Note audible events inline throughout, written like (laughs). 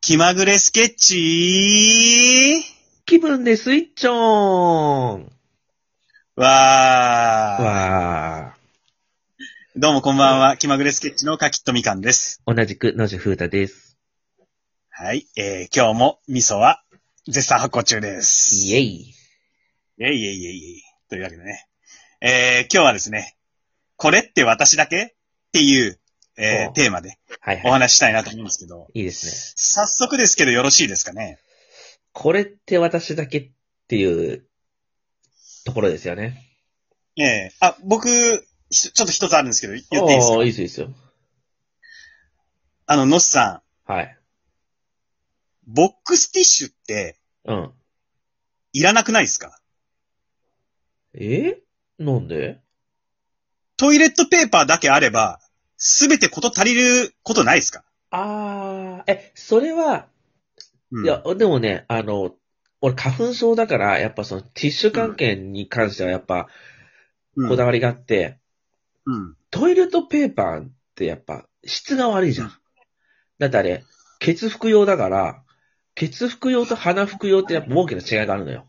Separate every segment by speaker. Speaker 1: 気まぐれスケッチ
Speaker 2: 気分でスイッチオン
Speaker 1: ーわー。
Speaker 2: わあ。
Speaker 1: どうもこんばんは。気まぐれスケッチのかきっとみかんです。
Speaker 2: 同じく、野樹風太です。
Speaker 1: はい。えー、今日も味噌は絶賛発行中です。
Speaker 2: イェイ。
Speaker 1: イェイイェイイェイイェイというわけでね。えー、今日はですね、これって私だけっていう、え
Speaker 2: お
Speaker 1: ー、テーマで
Speaker 2: はい
Speaker 1: お
Speaker 2: は
Speaker 1: 話ししたいなと思うんですけど、
Speaker 2: い。いいですね。
Speaker 1: 早速ですけどよろしいですかね。
Speaker 2: これって私だけっていうところですよね。
Speaker 1: えー、あ、僕、ひちょっと一つあるんですけど、言っていいです
Speaker 2: お
Speaker 1: か
Speaker 2: ーいいですよ、いいですよ。
Speaker 1: あの、のっさん、
Speaker 2: はい。
Speaker 1: ボックスティッシュって
Speaker 2: うん。
Speaker 1: いらなくないですか
Speaker 2: えなんで
Speaker 1: トイレットペーパーだけあれば、すべてこと足りることないですか、
Speaker 2: あー、え、それは、
Speaker 1: うん、
Speaker 2: いや、でもね、あの、俺花粉症だから、やっぱそのティッシュ関係に関してはやっぱ
Speaker 1: うん、
Speaker 2: こだわりがあって、
Speaker 1: うん。
Speaker 2: トイレットペーパーってやっぱ質が悪いじゃ
Speaker 1: うん
Speaker 2: ん。だってあれ、血服用だから、血服用と鼻服用ってやっぱ大きな違いがあるのよ。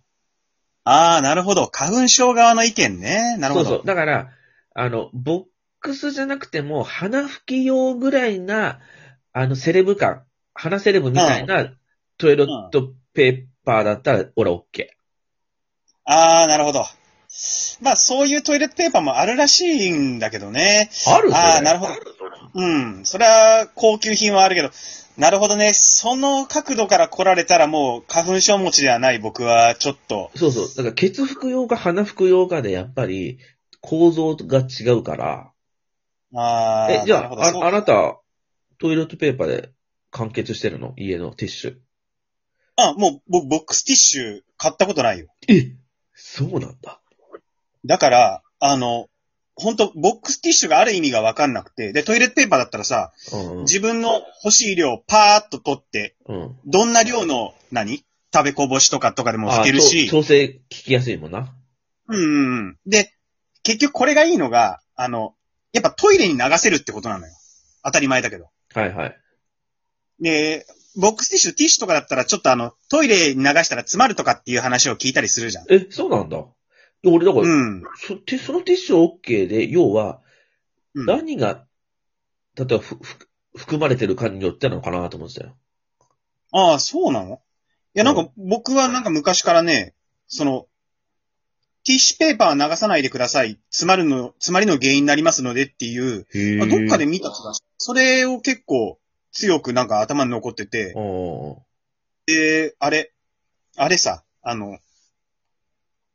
Speaker 1: ああ、なるほど。花粉症側の意見ね。なる
Speaker 2: そ
Speaker 1: ほ
Speaker 2: う
Speaker 1: ど。
Speaker 2: そう。だから、あの、ボックスじゃなくても、鼻吹き用ぐらいな、あの、セレブ感、鼻セレブみたいなトイレットペーパーだったら、俺オッケ
Speaker 1: ああ、なるほど。まあ、そういうトイレットペーパーもあるらしいんだけどね。
Speaker 2: ー。ある
Speaker 1: あー
Speaker 2: それ
Speaker 1: なるほど
Speaker 2: あ
Speaker 1: うん。それは高級品はあるけど、なるほどね。その角度から来られたらもう花粉症持ちではない僕はちょっと。
Speaker 2: そうそう。だから、血服用か鼻服用かで、やっぱり、構造が違うから。
Speaker 1: ああ、
Speaker 2: え、じ
Speaker 1: な
Speaker 2: ゃ
Speaker 1: るほど
Speaker 2: あ、
Speaker 1: そう
Speaker 2: あ、あなた、トイレットペーパーで完結してるの家のティッシュ。
Speaker 1: あ、もう僕ボックスティッシュ買ったことないよ。
Speaker 2: えそうなんだ。
Speaker 1: だから、あの、本当ボックスティッシュがある意味がわかんなくて、で、トイレットペーパーだったらさ、
Speaker 2: うん、
Speaker 1: 自分の欲しい量をパーッと取って、
Speaker 2: うん。うん。
Speaker 1: どんな量の何、食べこぼしとかとかでも拭ける
Speaker 2: あ
Speaker 1: し、
Speaker 2: 調調整聞きやすいもんな。
Speaker 1: うんうんうん。で、結局これがいいのが、あの、やっぱトイレに流せるってことなのよ。当たり前だけど。
Speaker 2: はいはい。
Speaker 1: で、ボックスティッシュ、ティッシュとかだったらちょっとあの、トイレに流したら詰まるとかっていう話を聞いたりするじゃん。
Speaker 2: え、そうなんだ。俺、だから、
Speaker 1: うん。
Speaker 2: そてそのティッシュオッケーで、要は、
Speaker 1: うん
Speaker 2: 何が、例えばふ、ふ、含まれてるかによってなのかなと思ってたよ。
Speaker 1: ああ、そうなのいや、なん
Speaker 2: う
Speaker 1: か僕はなんか昔からね、その、ティッシュペーパーは流さないでください。詰まるの、詰まりの原因になりますのでっていう、
Speaker 2: へ
Speaker 1: まあどっかで
Speaker 2: 見
Speaker 1: 見た気がするそれを結構強くなんか頭に残ってて、で、あれ、あれさ、あの、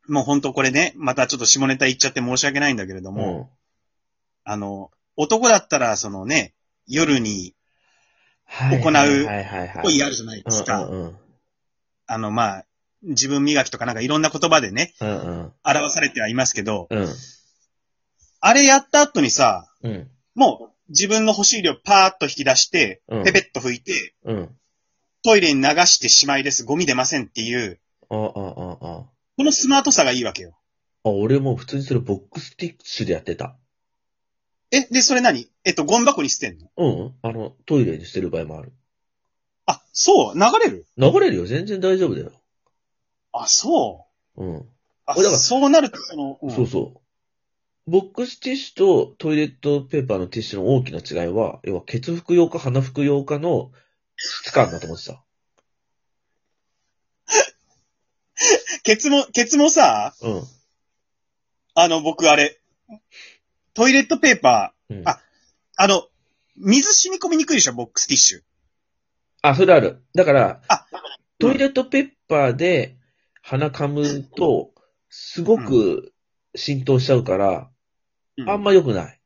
Speaker 1: もうほんとこれね、またちょっと下ネタ言っちゃって申し訳ないんだけれども、
Speaker 2: も
Speaker 1: あの、男だったらそのね、夜に、
Speaker 2: うん、
Speaker 1: 行う
Speaker 2: はいはいはい。
Speaker 1: 恋あるじゃないですか。
Speaker 2: うんうん
Speaker 1: あの、まあ、自分磨きとかなんかいろんな言葉でね、
Speaker 2: うん。うん
Speaker 1: 表されてはいますけど、
Speaker 2: うん。
Speaker 1: あれやった後にさ、
Speaker 2: うん。
Speaker 1: もう自分の欲しい量パーッと引き出して、
Speaker 2: うん。
Speaker 1: ペペッと拭いて、
Speaker 2: うん。
Speaker 1: トイレに流してしまいです。ゴミ出ませんっていう、
Speaker 2: ああ、ああ、あ
Speaker 1: このスマートさがいいわけよ。
Speaker 2: あ。俺も普通にそれボックスティッシュでやってた。
Speaker 1: え、で、それ何えっと、ゴミ箱に捨てんの
Speaker 2: うん。あの、トイレにしてる場合もある。
Speaker 1: あ、そう、流れる
Speaker 2: 流れるよ。全然大丈夫だよ。
Speaker 1: あ、そう。
Speaker 2: うん。
Speaker 1: あ、
Speaker 2: だから
Speaker 1: そうなると、その、うん
Speaker 2: そうそう。ボックスティッシュとトイレットペーパーのティッシュの大きな違いは、要は、血服用か鼻服用かの質感だと思ってた。
Speaker 1: ケツも、ケツもさ、
Speaker 2: うん。
Speaker 1: あの、僕あれ、トイレットペーパ
Speaker 2: うん、
Speaker 1: あー、あの、水染み込みにくいでしょ、ボックスティッシュ。
Speaker 2: あ、それある。だから
Speaker 1: あ、
Speaker 2: トイレットペーパーで鼻噛むと、すごく浸透しちゃうから、
Speaker 1: うん
Speaker 2: あんま良くない。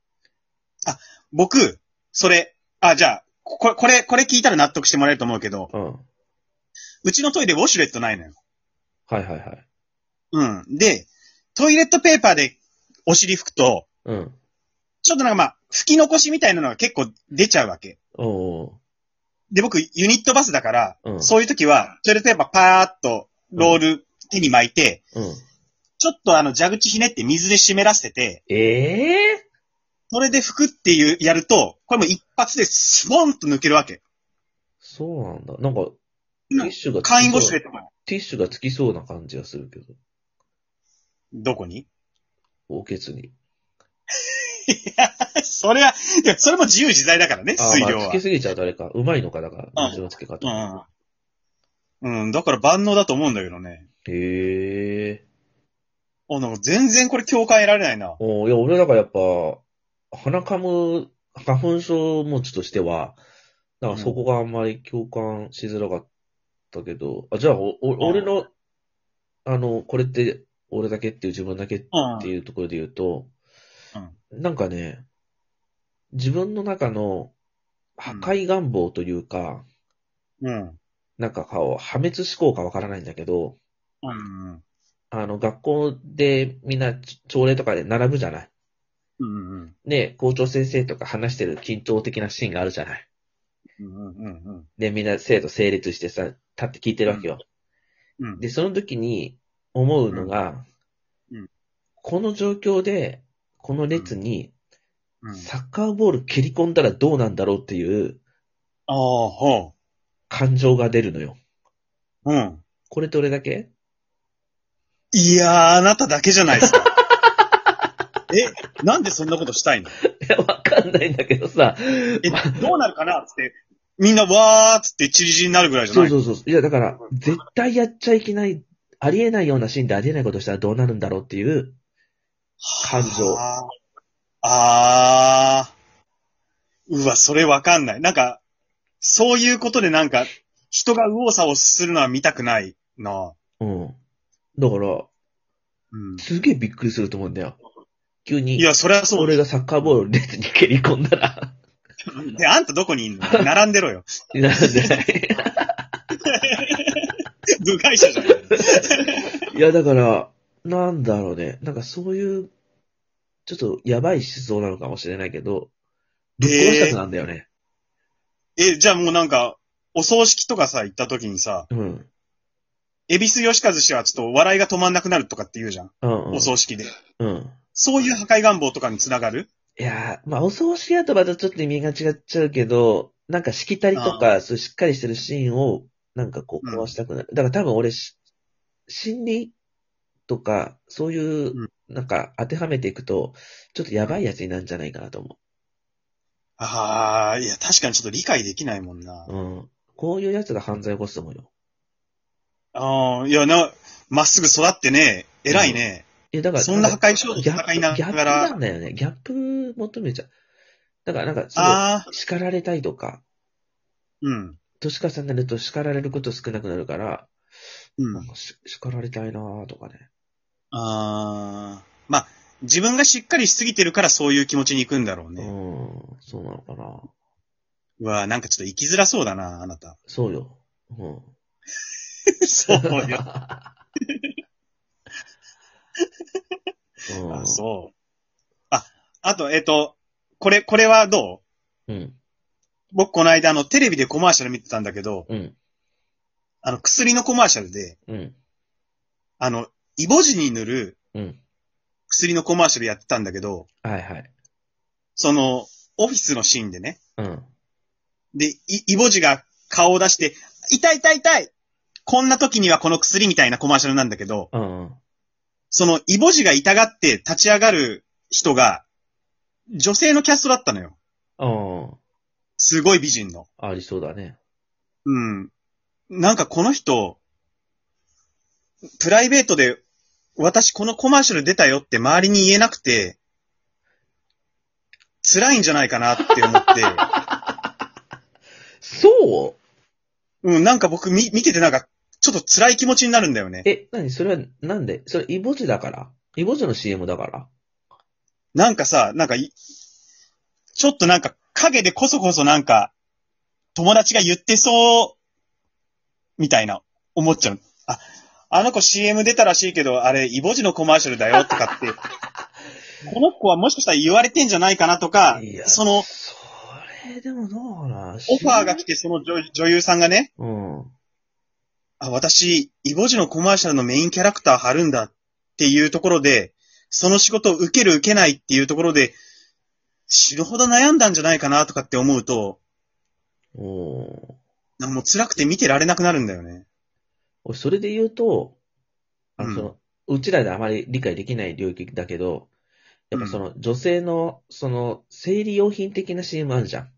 Speaker 1: 僕、それ、あ、じゃあ、これ、これ、これ聞いたら納得してもらえると思うけど、
Speaker 2: うん。
Speaker 1: うちのトイレウォシュレットないのよ。
Speaker 2: はいはいはい。
Speaker 1: うん。で、トイレットペーパーでお尻拭くと、
Speaker 2: うん。
Speaker 1: ちょっとなんかまあ、拭き残しみたいなのが結構出ちゃうわけ。
Speaker 2: おう
Speaker 1: で、僕、ユニットバスだから、
Speaker 2: うん
Speaker 1: そういう時は、トイレットペーパーパーっと、ロール、手に巻いて、
Speaker 2: おう。うん。
Speaker 1: ちょっとあの、蛇口ひねって水で湿らせて、
Speaker 2: ええ
Speaker 1: それで拭くっていう、やると、これもう一発でスポンと抜けるわけ。
Speaker 2: そうなんだ。なんか、テ
Speaker 1: な
Speaker 2: ィッシュがつきそう
Speaker 1: 会員ごしべってもらう
Speaker 2: ティッシュがつきそうな感じがするけど、
Speaker 1: どこに
Speaker 2: おけつに。
Speaker 1: それは、いや、それも自由自在だからね、
Speaker 2: あ
Speaker 1: 水
Speaker 2: ま
Speaker 1: 量
Speaker 2: あ、つ
Speaker 1: は
Speaker 2: け。すぎちゃうとあれか。うまいのか、だから、
Speaker 1: うん
Speaker 2: 水のつけ方。
Speaker 1: うん。うん、だから万能だと思うんだけどね。
Speaker 2: へえ。
Speaker 1: あ、なんか全然これ共感得られないな。
Speaker 2: おいや、俺だからやっぱ、鼻かむ、花粉症持ちとしては、なんかそこがあんまり共感しづらかったけど、あ、じゃあ、お、お俺の、あの、これって、俺だけっていう自分だけっ
Speaker 1: うん。
Speaker 2: っていうところで言うと、なんかね、自分の中の破壊願望というか、
Speaker 1: うん。
Speaker 2: なんかこう破滅思考かわからないんだけど、
Speaker 1: うん。
Speaker 2: あの、学校でみんな朝礼とかで並ぶじゃない。
Speaker 1: うん。うん。
Speaker 2: で、校長先生とか話してる緊張的なシーンがあるじゃない。
Speaker 1: うん。うん。
Speaker 2: で、みんな生徒整列してさ、立って聞いてるわけよ。
Speaker 1: うん。
Speaker 2: で、その時に思うのが、
Speaker 1: うんうん
Speaker 2: この状況で、この列に
Speaker 1: うん。
Speaker 2: サッカーボール蹴り込んだらどうなんだろうっていう
Speaker 1: ああ、ほ
Speaker 2: 感情が出るのよ。
Speaker 1: う。うん。
Speaker 2: これどれだけ (laughs)
Speaker 1: いやー、あなただけじゃないです (laughs) か。え、なんでそんなことしたいの
Speaker 2: いや、わかんないんだけどさ。
Speaker 1: え
Speaker 2: まあ、
Speaker 1: どうなるかなつって、みんなわーっつってチリチリになるぐらいじゃ
Speaker 2: (laughs) そ
Speaker 1: な
Speaker 2: う
Speaker 1: い
Speaker 2: そうそう。いや、だから、絶対やっちゃいけない、ありえないようなシーンでありえないことしたらどうなるんだろうっていう感情。
Speaker 1: あーあー。うわ、それわかんない。なんか、そういうことでなんか、人が右往左往するのは見たくないな。
Speaker 2: うん。だから、
Speaker 1: うん。
Speaker 2: すげえびっくりすると思うんだよ。急に、
Speaker 1: いや、それはそう
Speaker 2: 俺がサッカーボールを列に蹴り込んだら、 (laughs)
Speaker 1: で、あんたどこにいんの並んでろよ。 (laughs)
Speaker 2: なんで
Speaker 1: 部外者じゃん。
Speaker 2: いや、だから、なんだろうね。なんかそういう、ちょっとやばい思想なのかもしれないけど、ぶっ壊したくなんだよね。
Speaker 1: え、じゃあもうなんか、お葬式とかさ、行った時にさ、
Speaker 2: うん。
Speaker 1: エビス吉和氏はちょっと笑いが止まんなくなるとかって言うじゃん。
Speaker 2: うん、うん。
Speaker 1: お葬式で。
Speaker 2: うん。
Speaker 1: そういう破壊願望とかにつながる
Speaker 2: いやー、まあ、お葬式だとまたちょっと意味が違っちゃうけど、なんかしきたりとか、そういうしっかりしてるシーンを、なんかこう、
Speaker 1: うん
Speaker 2: 壊したくなる。だから多分俺し、心理とか、そういう
Speaker 1: うん、
Speaker 2: なんか当てはめていくと、ちょっとやばいやつになるんじゃないかなと思
Speaker 1: ああ、いや、確かにちょっと理解できないもんな。
Speaker 2: う。うん。こういうやつが犯罪を起こすと思うよ。
Speaker 1: ああ、いや、な、まっすぐ育ってね、偉いね。
Speaker 2: いや、だから、
Speaker 1: そんな
Speaker 2: なん
Speaker 1: 破
Speaker 2: か
Speaker 1: 壊衝動
Speaker 2: ギ
Speaker 1: と
Speaker 2: ャ
Speaker 1: 戦
Speaker 2: ップ、
Speaker 1: い
Speaker 2: ギ
Speaker 1: な
Speaker 2: ャップ
Speaker 1: が
Speaker 2: な
Speaker 1: ら、
Speaker 2: んだよね。ギャップ求めちゃう。だからなんか、すごい
Speaker 1: ああ、
Speaker 2: 叱られたいとか、
Speaker 1: うん、
Speaker 2: 年重ねると叱られること少なくなるから、
Speaker 1: う
Speaker 2: なん
Speaker 1: ん、
Speaker 2: かし叱られたいなーとかね。
Speaker 1: ああ、まあ、自分がしっかりしすぎてるからそういう気持ちに行くんだろう
Speaker 2: う
Speaker 1: ね。
Speaker 2: ん、そうなのかな。
Speaker 1: うわなんかちょっと生きづらそうだな、あなた。
Speaker 2: そうよ。うん。
Speaker 1: (laughs) そうよ。
Speaker 2: う
Speaker 1: (laughs)
Speaker 2: ん。
Speaker 1: あ、そう。あ、あと、えっと、これ、これはどう
Speaker 2: うん。
Speaker 1: 僕この間あの、テレビでコマーシャル見てたんだけど、
Speaker 2: うん。
Speaker 1: あの、薬のコマーシャルで、
Speaker 2: うん。
Speaker 1: あの、イボジに塗る
Speaker 2: うん。
Speaker 1: 薬のコマーシャルやってたんだけど、
Speaker 2: はいはい。
Speaker 1: その、オフィスのシーンでね。
Speaker 2: うん。
Speaker 1: で、いイボジが顔を出して、痛い痛い痛いこんな時にはこの薬みたいなコマーシャルなんだけど、
Speaker 2: うん。
Speaker 1: そのイボジが痛がって立ち上がる人が、女性のキャストだったのよ。
Speaker 2: うん。
Speaker 1: すごい美人の。
Speaker 2: ありそうだね。
Speaker 1: うん。なんかこの人、プライベートで、私このコマーシャル出たよって周りに言えなくて、辛いんじゃないかなって思って、
Speaker 2: そう
Speaker 1: うん、なんか僕見見ててなんか、ちょっと辛い気持ちになるんだよね。
Speaker 2: え、なにそれは、なんでそれ、イボジだからイボジの CM だから
Speaker 1: なんかさ、なんかい、ちょっとなんか影でこそこそなんか、友達が言ってそう、みたいな、思っちゃう。あ、あの子 CM 出たらしいけど、あれ、イボジのコマーシャルだよとか
Speaker 2: (laughs)
Speaker 1: って、この子はもしかしたら言われてんじゃないかなとか
Speaker 2: い、や
Speaker 1: その、
Speaker 2: それ、でもどうかなオフ
Speaker 1: オファーが来てその女女優さんがね、
Speaker 2: うん。
Speaker 1: あ、私、イボジのコマーシャルのメインキャラクター貼るんだっていうところで、その仕事を受ける受けないっていうところで、死ぬほど悩んだんじゃないかなとかって思うと、
Speaker 2: おー。
Speaker 1: なんかもう辛くて見てられなくなるんだよね。
Speaker 2: 俺それで言うと、あの、その、うちらであまり理解できない領域だけど、やっぱその、女性の、その、生理用品的な CM あるじゃん。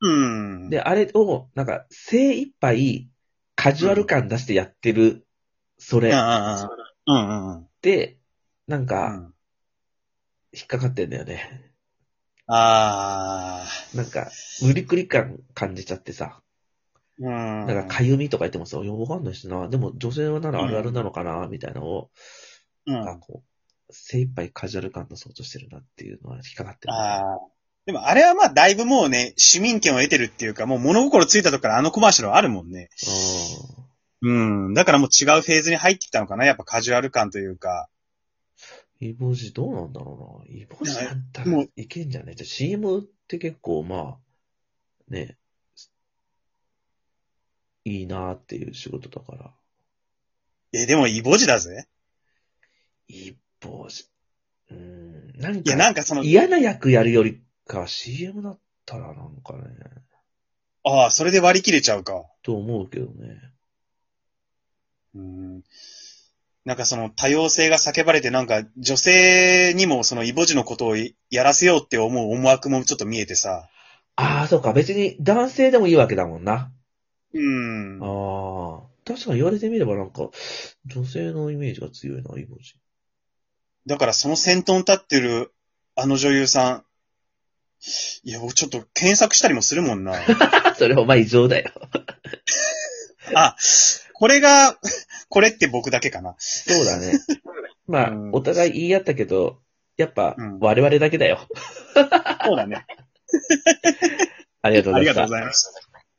Speaker 1: うん。
Speaker 2: で、あれを、なんか、精一杯、カジュアル感出してやってる、それ
Speaker 1: ああ、うんうんうん。
Speaker 2: で、なん
Speaker 1: う
Speaker 2: か、
Speaker 1: ん
Speaker 2: 引っかかってんだよね。
Speaker 1: ああ、
Speaker 2: なんか、無理くり感感じちゃってさ。
Speaker 1: うん。
Speaker 2: なんか、かゆみとか言ってもさ、よくわかんないしな。でも、女性はならあるあるなのかな、みたいなのを、
Speaker 1: うん、
Speaker 2: なんかこう、精一杯カジュアル感出そうとしてるなっていうのは引っかかってる。
Speaker 1: ああ。でもあれはまあだいぶもうね、市民権を得てるっていうか、もう物心ついたとこからあのコマーシャルはあるもんね。
Speaker 2: うん。
Speaker 1: うん。だからもう違うフェーズに入ってきたのかなやっぱカジュアル感というか。
Speaker 2: イボジどうなんだろうな。イボジだった
Speaker 1: も
Speaker 2: ら
Speaker 1: う
Speaker 2: いけんじゃねじゃあ CM って結構まあ、ね、いいなっていう仕事だから。
Speaker 1: え、でもイボジだぜ。
Speaker 2: イボジ。うーん、なん
Speaker 1: い
Speaker 2: か
Speaker 1: や、なんかその、
Speaker 2: 嫌な役やるよりか CM だったらなんかね、
Speaker 1: ああ、それで割り切れちゃうか。
Speaker 2: と思うけどね。
Speaker 1: うん。なんかその多様性が叫ばれて、なんか女性にもそのイボジのことをやらせようって思う思惑もちょっと見えてさ。
Speaker 2: ああ、そうか。別に男性でもいいわけだもんな。
Speaker 1: うん。
Speaker 2: ああ。確かに言われてみればなんか、女性のイメージが強いな、イボジ。 (laughs)
Speaker 1: だからその先頭に立ってるあの女優さん。いや、俺ちょっと検索したりもするも (laughs) んな。
Speaker 2: それお前異常だよ。
Speaker 1: あ、これが、これって僕だけかな。
Speaker 2: そうだね。 (laughs) まあ、
Speaker 1: うん
Speaker 2: お互い言い合ったけど、やっぱ
Speaker 1: うん、
Speaker 2: 我々だけだよ。
Speaker 1: そうだね。
Speaker 2: ありがとう
Speaker 1: あ
Speaker 2: ござ
Speaker 1: りがとう
Speaker 2: いました
Speaker 1: ご。ざいました。